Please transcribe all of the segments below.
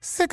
Sick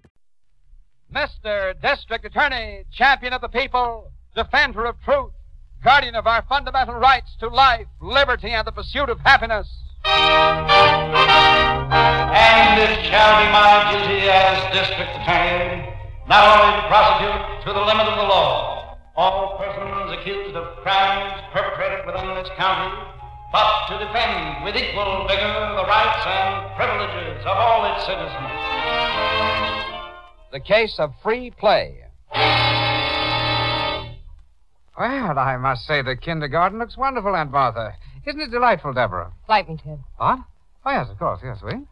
Mr. District Attorney, champion of the people, defender of truth, guardian of our fundamental rights to life, liberty, and the pursuit of happiness. And it shall be my duty as district attorney not only to prosecute to the limit of the law all persons accused of crimes perpetrated within this county, but to defend with equal vigor the rights and privileges of all its citizens. The case of free play. Well, I must say the kindergarten looks wonderful, Aunt Martha. Isn't it delightful, Deborah? Light me, Ted. What? Oh, yes, of course, yes, we.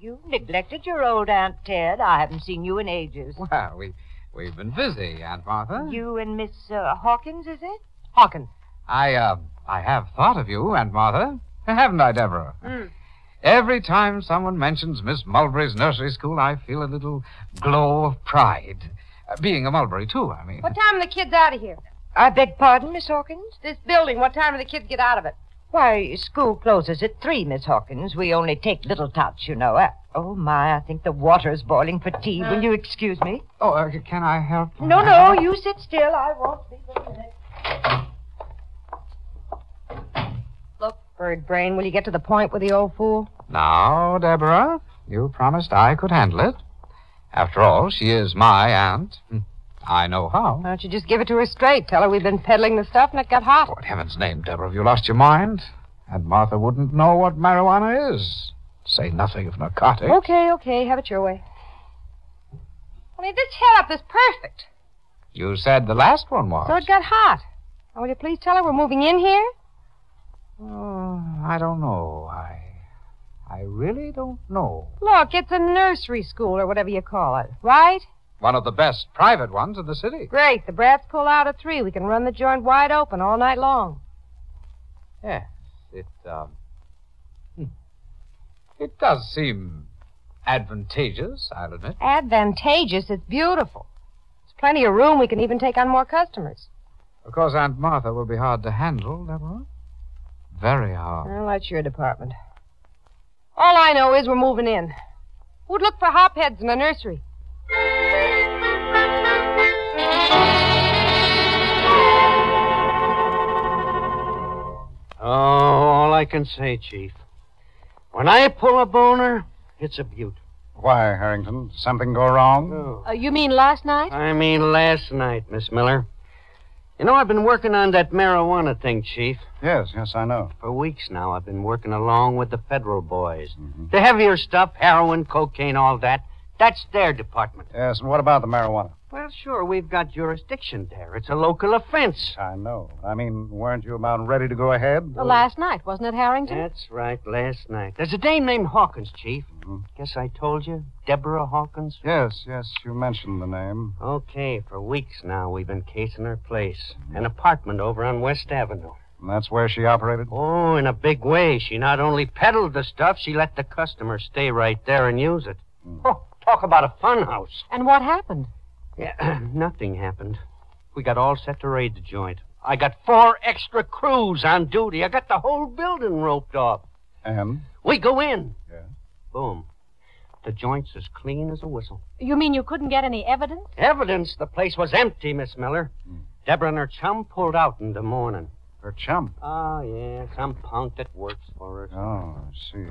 You neglected your old Aunt Ted. I haven't seen you in ages. Well, Ah, we, we've been busy, Aunt Martha. You and Miss uh, Hawkins, is it? Hawkins. I, uh, I have thought of you, Aunt Martha. Haven't I, Deborah? Mm. Every time someone mentions Miss Mulberry's nursery school, I feel a little glow of pride. Uh, being a Mulberry, too, I mean. What time are the kids out of here? I beg pardon, Miss Hawkins? This building, what time do the kids get out of it? Why, school closes at three, Miss Hawkins. We only take little tots, you know. I, oh, my, I think the water's boiling for tea. Will you excuse me? Uh-huh. Oh, uh, can I help? No, no, you sit still. I won't be a minute. Look, bird brain, will you get to the point with the old fool? Now, Deborah, you promised I could handle it. After all, she is my aunt. Hmm. I know how. Why don't you just give it to her straight? Tell her we've been peddling the stuff and it got hot. Oh, in heaven's name, Deborah, have you lost your mind? And Martha wouldn't know what marijuana is. Say nothing of narcotics. Okay, okay, have it your way. Only this head up is perfect. You said the last one was. So it got hot. Now, will you please tell her we're moving in here? Oh, I don't know. I I really don't know. Look, it's a nursery school or whatever you call it, right? One of the best private ones in the city. Great. The brats pull out at three. We can run the joint wide open all night long. Yes, it um, hmm. it does seem advantageous. I'll admit. Advantageous. It's beautiful. There's plenty of room. We can even take on more customers. Of course, Aunt Martha will be hard to handle, Deborah. Very hard. Well, that's your department. All I know is we're moving in. Who'd look for hopheads in a nursery? Oh, all I can say, Chief. When I pull a boner, it's a beaut. Why, Harrington? Did Something go wrong? Oh. Uh, you mean last night? I mean last night, Miss Miller. You know, I've been working on that marijuana thing, Chief. Yes, yes, I know. For weeks now, I've been working along with the federal boys. The heavier stuff, heroin, cocaine, all that, that's their department. Yes, and what about the marijuana? Well, sure, we've got jurisdiction there. It's a local offense. I know. I mean, weren't you about ready to go ahead? Well, last night, wasn't it, Harrington? That's right, last night. There's a dame named Hawkins, Chief. Guess I told you? Deborah Hawkins? Yes, yes, you mentioned the name. Okay, for weeks now, we've been casing her place. An apartment over on West Avenue. And that's where she operated? Oh, in a big way. She not only peddled the stuff, she let the customer stay right there and use it. Oh, talk about a fun house. And what happened? Yeah, nothing happened. We got all set to raid the joint. I got four extra crews on duty. I got the whole building roped off. And? We go in. Yeah. Boom. The joint's as clean as a whistle. You mean you couldn't get any evidence? Evidence the place was empty, Miss Miller. Deborah and her chum pulled out in the morning. Her chum? Oh, yeah, some punk that works for us. Oh, I see.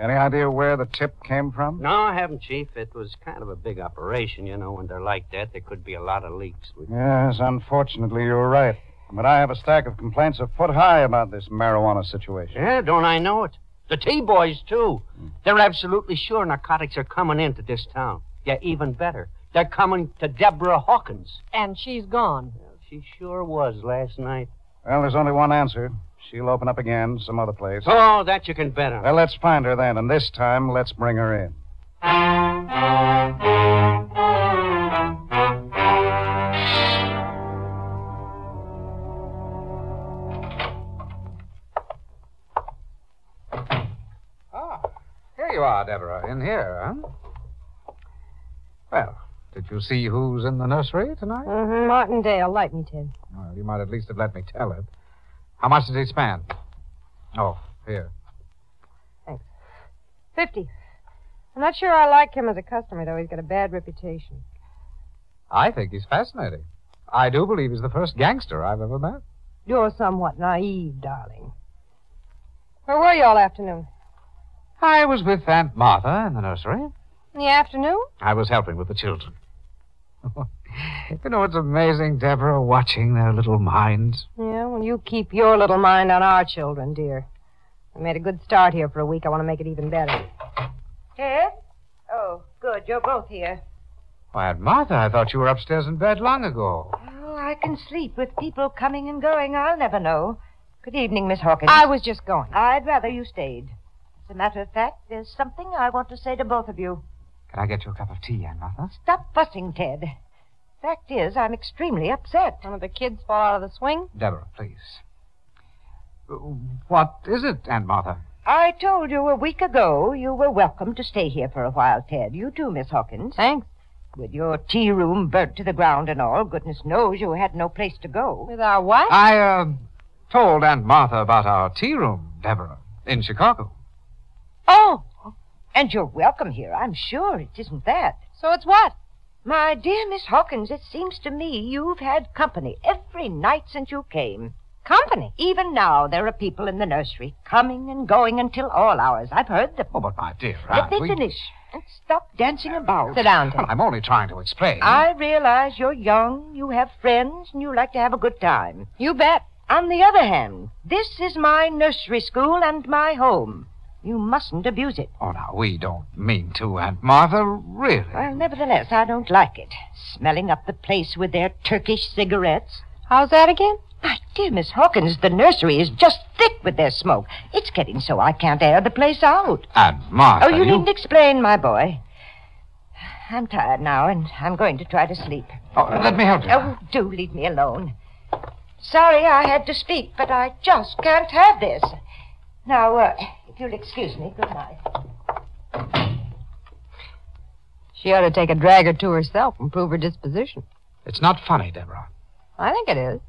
Any idea where the tip came from? No, I haven't, Chief. It was kind of a big operation, you know. When they're like that, there could be a lot of leaks. We- Yes, unfortunately, you're right. But I have a stack of complaints a foot high about this marijuana situation. Yeah, don't I know it? The T boys, too. They're absolutely sure narcotics are coming into this town. Yeah, even better. They're coming to Deborah Hawkins. And she's gone. She sure was last night. Well, there's only one answer. She'll open up again some other place. Oh, that you can bet on. Well, let's find her then, and this time, let's bring her in. Ah, Here you are, Deborah, in here, huh? Well, did you see who's in the nursery tonight? Mm-hmm. Martindale, light me, Ted. Well, you might at least have let me tell it. How much did he spend? Oh, here. Fifty. I'm not sure I like him as a customer, though. He's got a bad reputation. I think he's fascinating. I do believe he's the first gangster I've ever met. You're somewhat naive, darling. Where were you all afternoon? I was with Aunt Martha in the nursery. In the afternoon? I was helping with the children. you know, it's amazing, Deborah, watching their little minds. Yeah, well, you keep your little mind on our children, dear. We made a good start here for a week. I want to make it even better. Ted? Oh, good. You're both here. Why, Aunt Martha, I thought you were upstairs in bed long ago. Oh, I can sleep with people coming and going. I'll never know. Good evening, Miss Hawkins. I was just going. I'd rather you stayed. As a matter of fact, there's something I want to say to both of you. Can I get you a cup of tea, Aunt Martha? Stop fussing, Ted. Fact is, I'm extremely upset. One of the kids fall out of the swing? Deborah, please. Uh, What is it, Aunt Martha? I told you a week ago you were welcome to stay here for a while, Ted. You too, Miss Hawkins. Thanks. With your tea room burnt to the ground and all, goodness knows you had no place to go. With our what? I uh, told Aunt Martha about our tea room, Deborah, in Chicago. Oh, and you're welcome here. I'm sure it isn't that. So it's what? My dear Miss Hawkins, it seems to me you've had company every night since you came. Company? Even now, there are people in the nursery coming and going until all hours. I've heard them. Oh, but my dear Let Aunt, me we- finish. And stop dancing about. Sit down, Ted. Well, I'm only trying to explain. I realize you're young, you have friends, and you like to have a good time. You bet. On the other hand, this is my nursery school and my home. You mustn't abuse it. Oh, now, we don't mean to, Aunt Martha, really. Well, nevertheless, I don't like it. Smelling up the place with their Turkish cigarettes. How's that again? My dear Miss Hawkins, the nursery is just thick with their smoke. It's getting so I can't air the place out. Aunt Martha. Oh, you needn't explain, my boy. I'm tired now, and I'm going to try to sleep. Oh, let me help you. Oh, do leave me alone. Sorry I had to speak, but I just can't have this. Now, uh, if you'll excuse me, good night. She ought to take a drag or two herself and prove her disposition. It's not funny, Deborah. I think it is.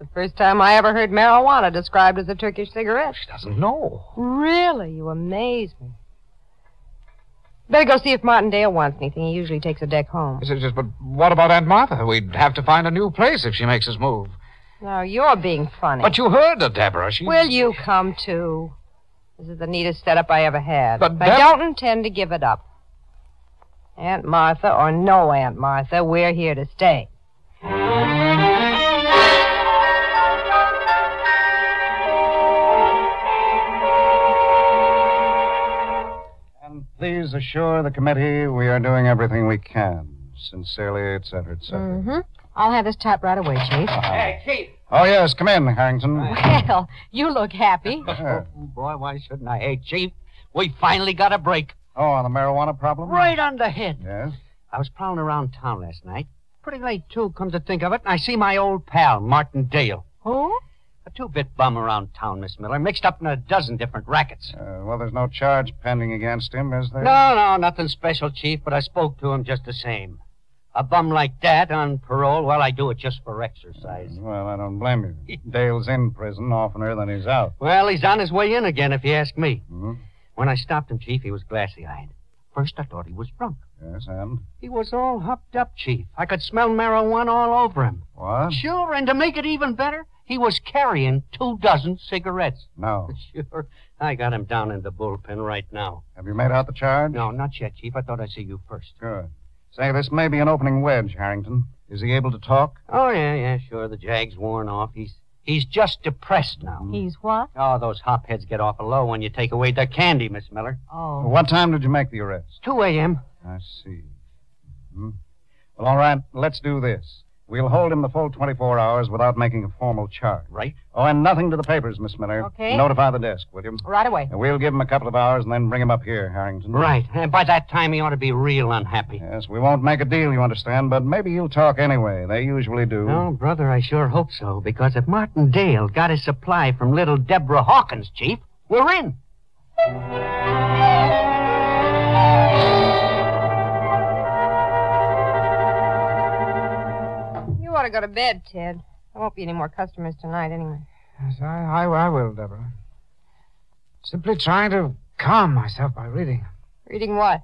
It's the first time I ever heard marijuana described as a Turkish cigarette. She doesn't know. Really? You amaze me. Better go see if Martindale wants anything. He usually takes a deck home. It's just, but what about Aunt Martha? We'd have to find a new place if she makes us move. Now, you're being funny. But you heard her, Deborah. She. Will you come too? This is the neatest setup I ever had. But I that- don't intend to give it up. Aunt Martha or no Aunt Martha, we're here to stay. And please assure the committee we are doing everything we can. Sincerely, et cetera, et cetera. Mm. Mm-hmm. I'll have this type right away, Chief. Hey, Chief. Oh, yes, come in, Harrington. Uh, Well, you look happy. Sure. Oh, boy, why shouldn't I? Hey, Chief, we finally got a break. Oh, on the marijuana problem? Right on the head. Yes. I was prowling around town last night. Pretty late, too, come to think of it, and I see my old pal, Martin Dale. Who? A two bit bum around town, Miss Miller, mixed up in a dozen different rackets. Uh, well, there's no charge pending against him, is there? No, no, nothing special, Chief, but I spoke to him just the same. A bum like that on parole, well, I do it just for exercise. Well, I don't blame you. Dale's in prison oftener than he's out. Well, he's on his way in again, if you ask me. Hmm? When I stopped him, Chief, he was glassy eyed. First, I thought he was drunk. Yes, and? He was all hopped up, Chief. I could smell marijuana all over him. What? Sure, and to make it even better, he was carrying two dozen cigarettes. No. Sure. I got him down in the bullpen right now. Have you made out the charge? No, not yet, Chief. I thought I'd see you first. Good. Say, this may be an opening wedge, Harrington. Is he able to talk? Oh, yeah, yeah, sure. The jag's worn off. He's he's just depressed now. He's what? Oh, those hopheads get awful low when you take away their candy, Miss Miller. Oh. What time did you make the arrest? 2 a.m. I see. Hmm. Well, all right, let's do this. We'll hold him the full 24 hours without making a formal charge. Right. Oh, and nothing to the papers, Miss Miller. Okay. Notify the desk, will you? Right away. And we'll give him a couple of hours and then bring him up here, Harrington. Right. And by that time, he ought to be real unhappy. Yes, we won't make a deal, you understand, but maybe he'll talk anyway. They usually do. Oh, brother, I sure hope so, because if Martin Dale got his supply from little Deborah Hawkins, Chief, we're in. You ought to go to bed, Ted. There won't be any more customers tonight, anyway. Yes, I, I, I will, Deborah. Simply trying to calm myself by reading. Reading what?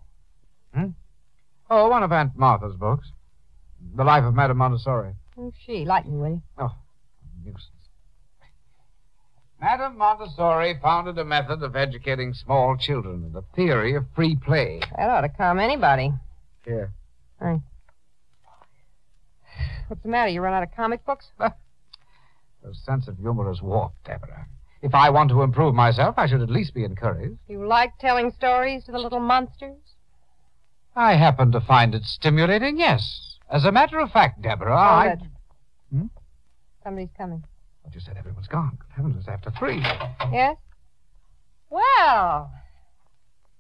Oh, one of Aunt Martha's books. The Life of Madame Montessori. Who's she? Lightning, will you? Nuisance. Madame Montessori founded a method of educating small children, and a theory of free play. That ought to calm anybody. Here. What's the matter? You run out of comic books? Your sense of humor has warped, Deborah. If I want to improve myself, I should at least be encouraged. You like telling stories to the little monsters? I happen to find it stimulating, yes. As a matter of fact, Deborah, Ah, I. Hold it. Hmm? Somebody's coming. But you said everyone's gone. Good heavens, it's after three. Yes? Well,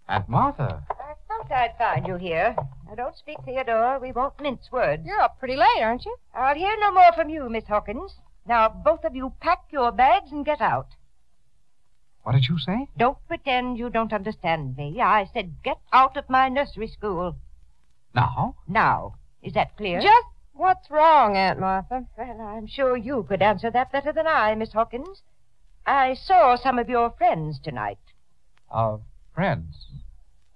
Aunt Martha. I thought I'd find you here. Now, don't speak, Theodore. We won't mince words. You're up pretty late, aren't you? I'll hear no more from you, Miss Hawkins. Now, both of you pack your bags and get out. What did you say? Don't pretend you don't understand me. I said get out of my nursery school. Now? Now. Is that clear? Just what's wrong, Aunt Martha? Well, I'm sure you could answer that better than I, Miss Hawkins. I saw some of your friends tonight. Our friends.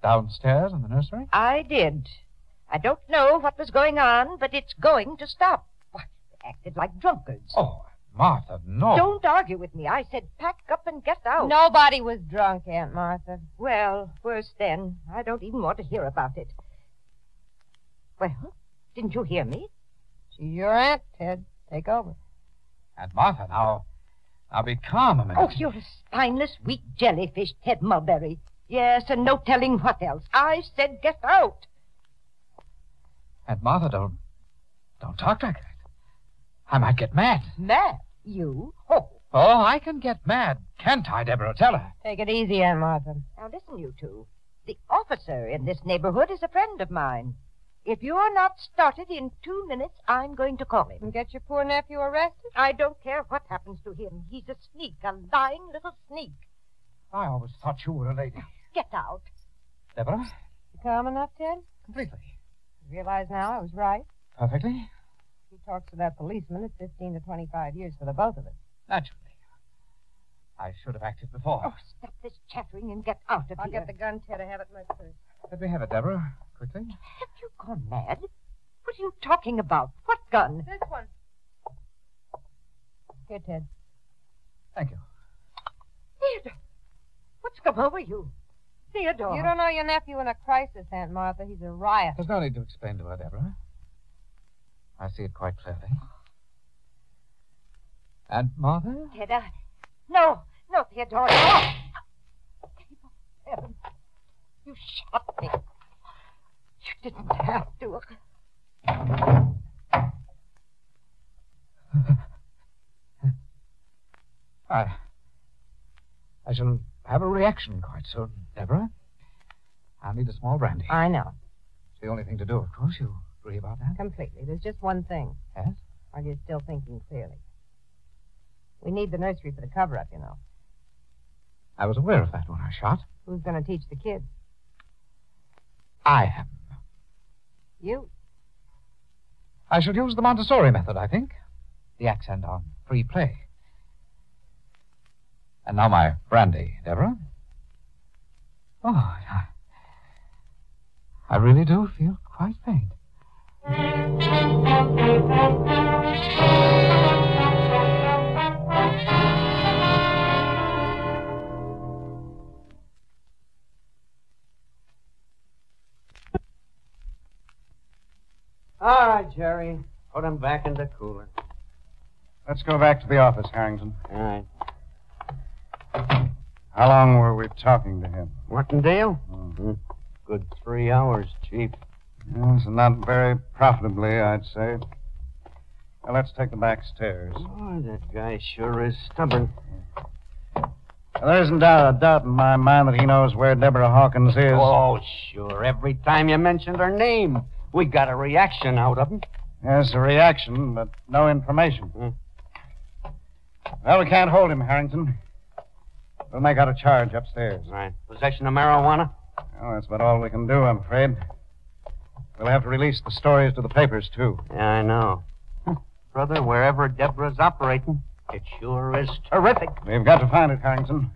Downstairs in the nursery? I did. I don't know what was going on, but it's going to stop. Why, they acted like drunkards. Oh, Martha, no. Don't argue with me. I said pack up and get out. Nobody was drunk, Aunt Martha. Well, worse then. I don't even want to hear about it. Well, didn't you hear me? She's your aunt, Ted. Take over. Aunt Martha, now. Now be calm a minute. Oh, you're a spineless, weak jellyfish, Ted Mulberry. Yes, and no telling what else. I said get out. Aunt Martha, don't. Don't talk like that. I might get mad. Mad, you? Oh, Oh, I can get mad. Can't I, Deborah? Tell her. Take it easy, Aunt Martha. Now, listen, you two. The officer in this neighborhood is a friend of mine. If you're not started in two minutes, I'm going to call him. And get your poor nephew arrested? I don't care what happens to him. He's a sneak, a lying little sneak. I always thought you were a lady. Get out. Deborah? You calm enough, Ted? Completely. You realize now I was right. Perfectly? He talks to that policeman, it's 15 to 25 years for the both of us. Naturally. I should have acted before. Oh, stop this chattering and get out of I'll here. get the gun, Ted. I have it in my purse. Let me have it, Deborah. Quickly. Have you gone mad? What are you talking about? What gun? This one. Here, Ted. Thank you. Theodore. What's come over you? Theodore. You don't know your nephew in a crisis, Aunt Martha. He's a riot. There's no need to explain to her, Deborah. I see it quite clearly. Aunt Martha? Ted, I... No, no, Theodore. No. You shot me. You didn't have to. I. I shall have a reaction quite soon, Deborah. I'll need a small brandy. I know. It's the only thing to do, of course. You agree about that? Completely. There's just one thing. Yes? Are you still thinking clearly? We need the nursery for the cover up, you know. I was aware of that when I shot. Who's going to teach the kids? I am. You. I shall use the Montessori method, I think. The accent on free play. And now my brandy, Deborah. Oh, I, I really do feel quite faint. All right, Jerry. Put him back in the cooler. Let's go back to the office, Harrington. All right. How long were we talking to him? Martindale? Mm-hmm. Good three hours, Chief. Yes, and not very profitably, I'd say. Now, let's take the back stairs. Boy, Oh, that guy sure is stubborn. Now, there isn't a doubt in my mind that he knows where Deborah Hawkins is. Oh, sure. Every time you mentioned her name, we got a reaction out of him. Yes, a reaction, but no information. Hmm. Well, we can't hold him, Harrington. We'll make out a charge upstairs. Right. Possession of marijuana? Well, that's about all we can do, I'm afraid. We'll have to release the stories to the papers, too. Yeah, I know. Brother, wherever Deborah's operating, it sure is terrific. We've got to find it, Harrington.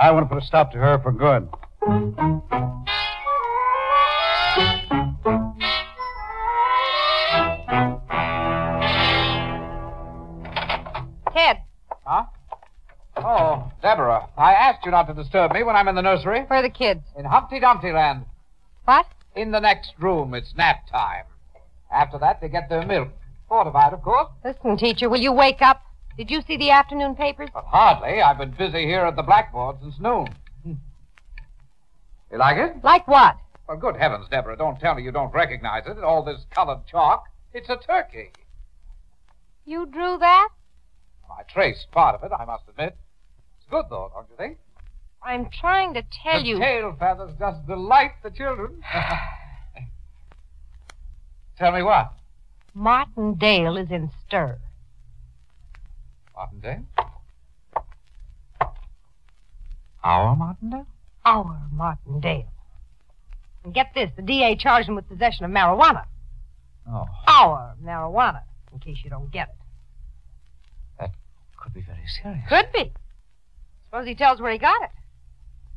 I want to put a stop to her for good. Ted, Oh, Deborah, I asked you not to disturb me when I'm in the nursery. where are the kids? In Humpty Dumpty Land. What? In the next room, it's nap time. After that, they get their milk. Fortified, of course. Listen, teacher, will you wake up? Did you see the afternoon papers? But hardly. I've been busy here at the blackboard since noon. Hmm. You like it? Like what? Well, good heavens, Deborah, don't tell me you don't recognize it. All this colored chalk. It's a turkey. You drew that? I traced part of it, I must admit. It's good, though, don't you think? I'm trying to tell the you. tail feathers just delight the children. tell me what? Martindale is in stir. Martindale? Our Martindale? Our Martindale. And get this the DA charged him with possession of marijuana. Oh, Our marijuana, in case you don't get it. could be very serious. Could be. Suppose he tells where he got it.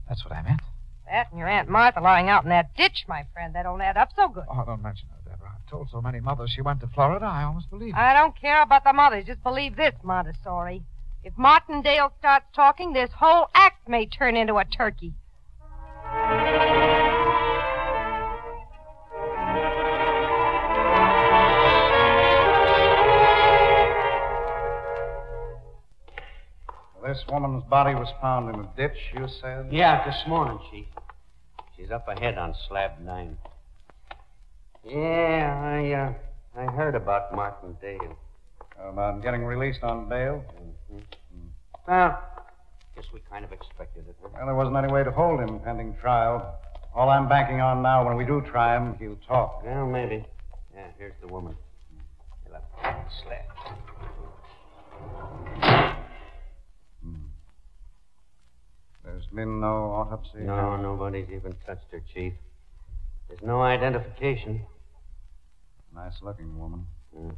That's what I meant. That and your Aunt Martha lying out in that ditch, my friend. That don't add up so good. Oh, don't mention it, Deborah. I've told so many mothers she went to Florida, I almost believe it. I don't care about the mothers. Just believe this, Montessori. If Martindale starts talking, this whole act may turn into a turkey. This woman's body was found in a ditch, you said? Yeah, this morning, Chief. She's up ahead on slab nine. Yeah, I, uh, I heard about Martindale. About getting released on bail? Well, guess we kind of expected it. Well, there wasn't any way to hold him pending trial. All I'm banking on now, when we do try him, he'll talk. Well, maybe. Yeah, here's the woman. Get up on the slab. There's been no autopsy. No, nobody's even touched her, Chief. There's no identification. Nice looking woman. Mm.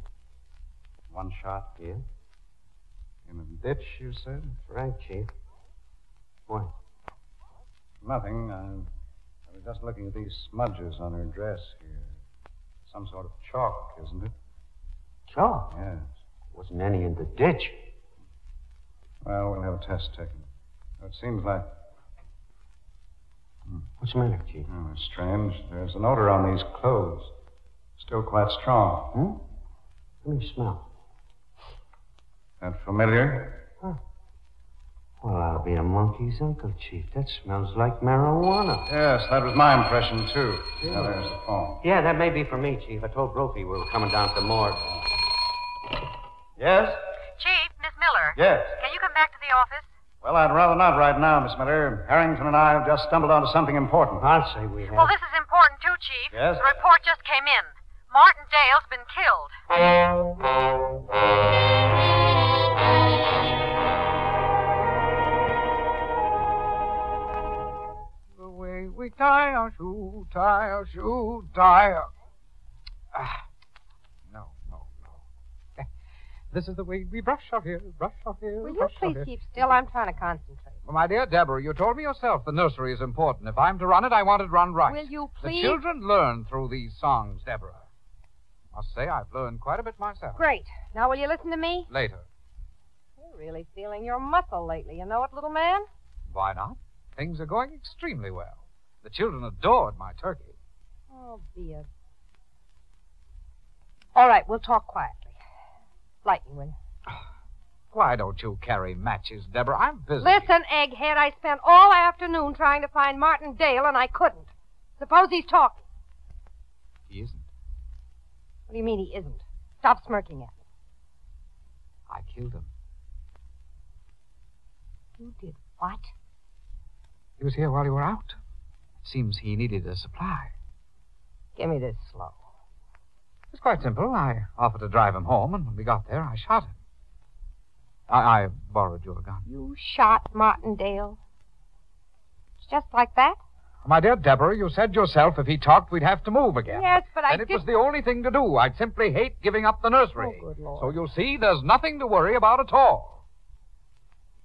One shot Yeah, in a ditch, you said? that's right, Chief. What? Nothing. I, I was just looking at these smudges on her dress here. Some sort of chalk, isn't it? Chalk? Yes. Wasn't any in the ditch. Well, we'll have a test taken. It seems like What's the matter, Chief? Oh, it's strange. There's an odor on these clothes. Still quite strong. Hmm? Let me smell. That familiar? Well, I'll be a monkey's uncle, Chief. That smells like marijuana. Yes, that was my impression, too. Now, there's the phone. Yeah, that may be for me, Chief. I told Brophy we were coming down to the morgue. Yes? Chief, Miss Miller, Yes. can you come back to the office? Well, I'd rather not right now, Miss Miller. Harrington and I have just stumbled onto something important. I'll say we have. Well, this is important, too, Chief. Yes? The report just came in. Martin Dale's been killed. The way we tie our shoe, tie our shoe, tie our... Ah, no, This is the way we brush out here, brush out here, Will you brush out please here. keep still? I'm trying to concentrate. Well, my dear Deborah, you told me yourself the nursery is important. If I'm to run it, I want it run right. Will you the please? children learn through these songs, Deborah. Must say I've learned quite a bit myself. Great. Now, will you listen to me? Later. You're really feeling your muscle lately. You know it, little man? Why not? Things are going extremely well. The children adored my turkey. Oh, dear. All right, we'll talk quietly. Light me, will you? Why don't you carry matches, Deborah? I'm busy. Listen, egghead, I spent all afternoon trying to find Martin Dale, and I couldn't. Suppose he's talking. He isn't. What do you mean he isn't? Stop smirking at me. I killed him. You did what? He was here while you were out. Seems he needed a supply. Give me this slow. It's quite simple. I offered to drive him home, and when we got there, I shot him. I, I borrowed your gun. You shot Martin Dale? Just like that? My dear Deborah, you said yourself if he talked, we'd have to move again. Yes, but I and it was didn't- the only thing to do. I'd simply hate giving up the nursery. Oh, So you see, there's nothing to worry about at all.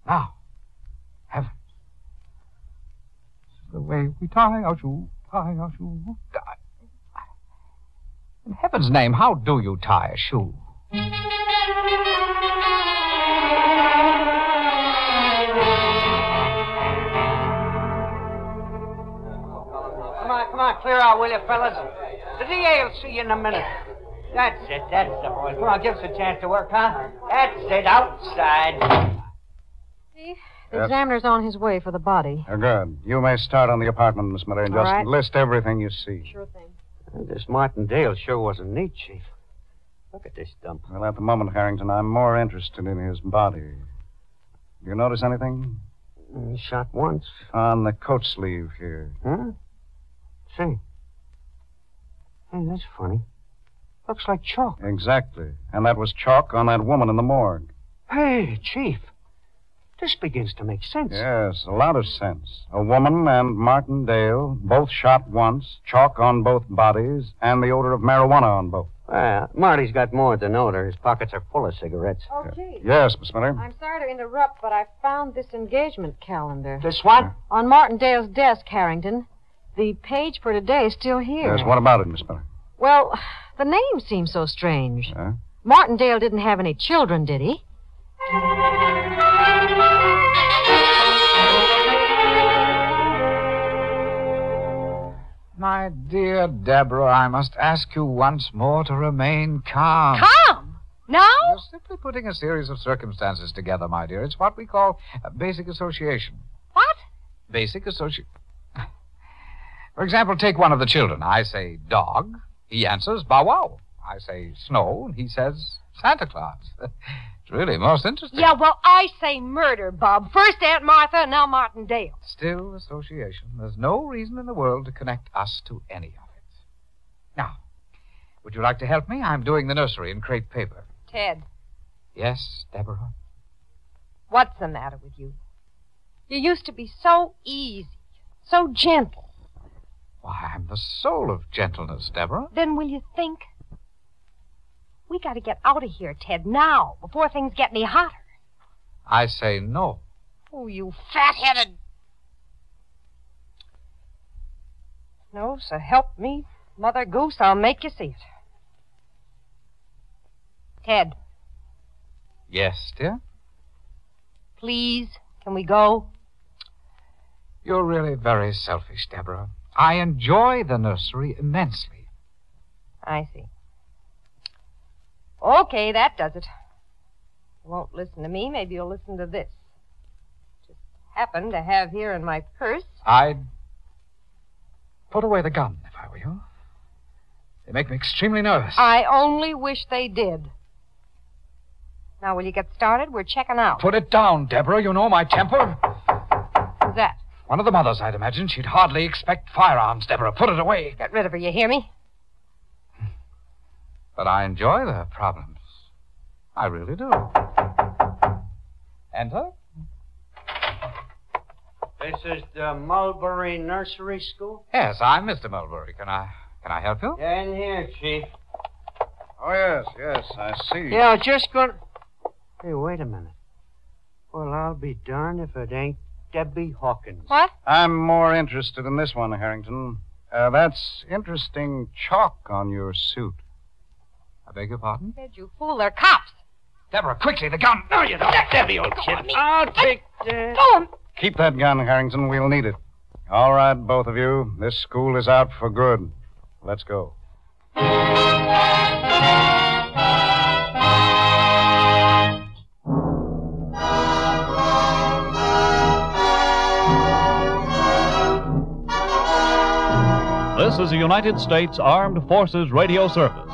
Now, heavens. The way we tie our shoe, tie our shoe. In heaven's name, how do you tie a shoe? Come on, come on, clear out, will you, fellas? The DA will see you in a minute. That's it, that's the boy. Come on, give us a chance to work, huh? That's it, outside. The Yes. examiner's on his way for the body. Uh, Good. You may start on the apartment, Miss Miller, and All just right. list everything you see. Sure thing. This Martindale sure wasn't neat, Chief. Look at this dump. Well, at the moment, Harrington, I'm more interested in his body. Do you notice anything? Mm, Shot once. On the coat sleeve here. Huh? See. Hey, that's funny. Looks like chalk. Exactly. And that was chalk on that woman in the morgue. Hey, Chief. This begins to make sense. Yes, a lot of sense. A woman and Martin Dale, both shot once, chalk on both bodies, and the odor of marijuana on both. Well, Marty's got more than odor. His pockets are full of cigarettes. Oh, gee. Yes, Miss Miller. I'm sorry to interrupt, but I found this engagement calendar. This one? On Martindale's desk, Harrington. The page for today is still here. Yes, what about it, Miss Miller? Well, the name seems so strange. Martindale didn't have any children, did he? My dear Deborah, I must ask you once more to remain calm. Calm? Now? You're simply putting a series of circumstances together, my dear. It's what we call uh, basic association. What? Basic association. For example, take one of the children. I say dog. He answers bow wow. I say snow, and he says Santa Claus. it's really most interesting. Yeah, well, I say murder, Bob. First Aunt Martha, now Martindale. Still association. There's no reason in the world to connect us to any of it. Now, would you like to help me? I'm doing the nursery in crepe paper. Ted, Yes, Deborah. what's the matter with you? You used to be so easy, so gentle. Why, I'm the soul of gentleness, Deborah. Then will you think? We gotta get out of here, Ted, now, before things get any hotter. I say no. Oh, you fat headed. No, so help me, Mother Goose, I'll make you see it. Ted, Yes, dear? please, can we go? You're really very selfish, Deborah. I enjoy the nursery immensely. I see. Okay, that does it. You won't listen to me, maybe you'll listen to this. Just happened to have here in my purse. I'd put away the gun if I were you. They make me extremely nervous. Ah. I only wish they did. Now, will you get started? We're checking out. Put it down, Deborah. You know my temper. Who's that? One of the mothers, I'd imagine. She'd hardly expect firearms, Deborah. Put it away. Get rid of her, you hear me? But I enjoy their problems. I really do. Enter? This is the Mulberry Nursery School. Yes, I'm Mr. Mulberry. Can I can I help you? Yeah, in here, Chief. Oh, yes, yes, I see. Yeah, I was just going. Hey, wait a minute. Well, I'll be darned if it ain't Debbie Hawkins. What? I'm more interested in this one, Harrington. Uh, that's interesting chalk on your suit. I beg your pardon? Said you fool, they're cops. Deborah, quickly, the gun. No, you don't. Debbie, old kid. I'll take that. Keep that gun, Harrington. We'll need it. All right, both of you. This school is out for good. Let's go. This is the United States Armed Forces Radio Service.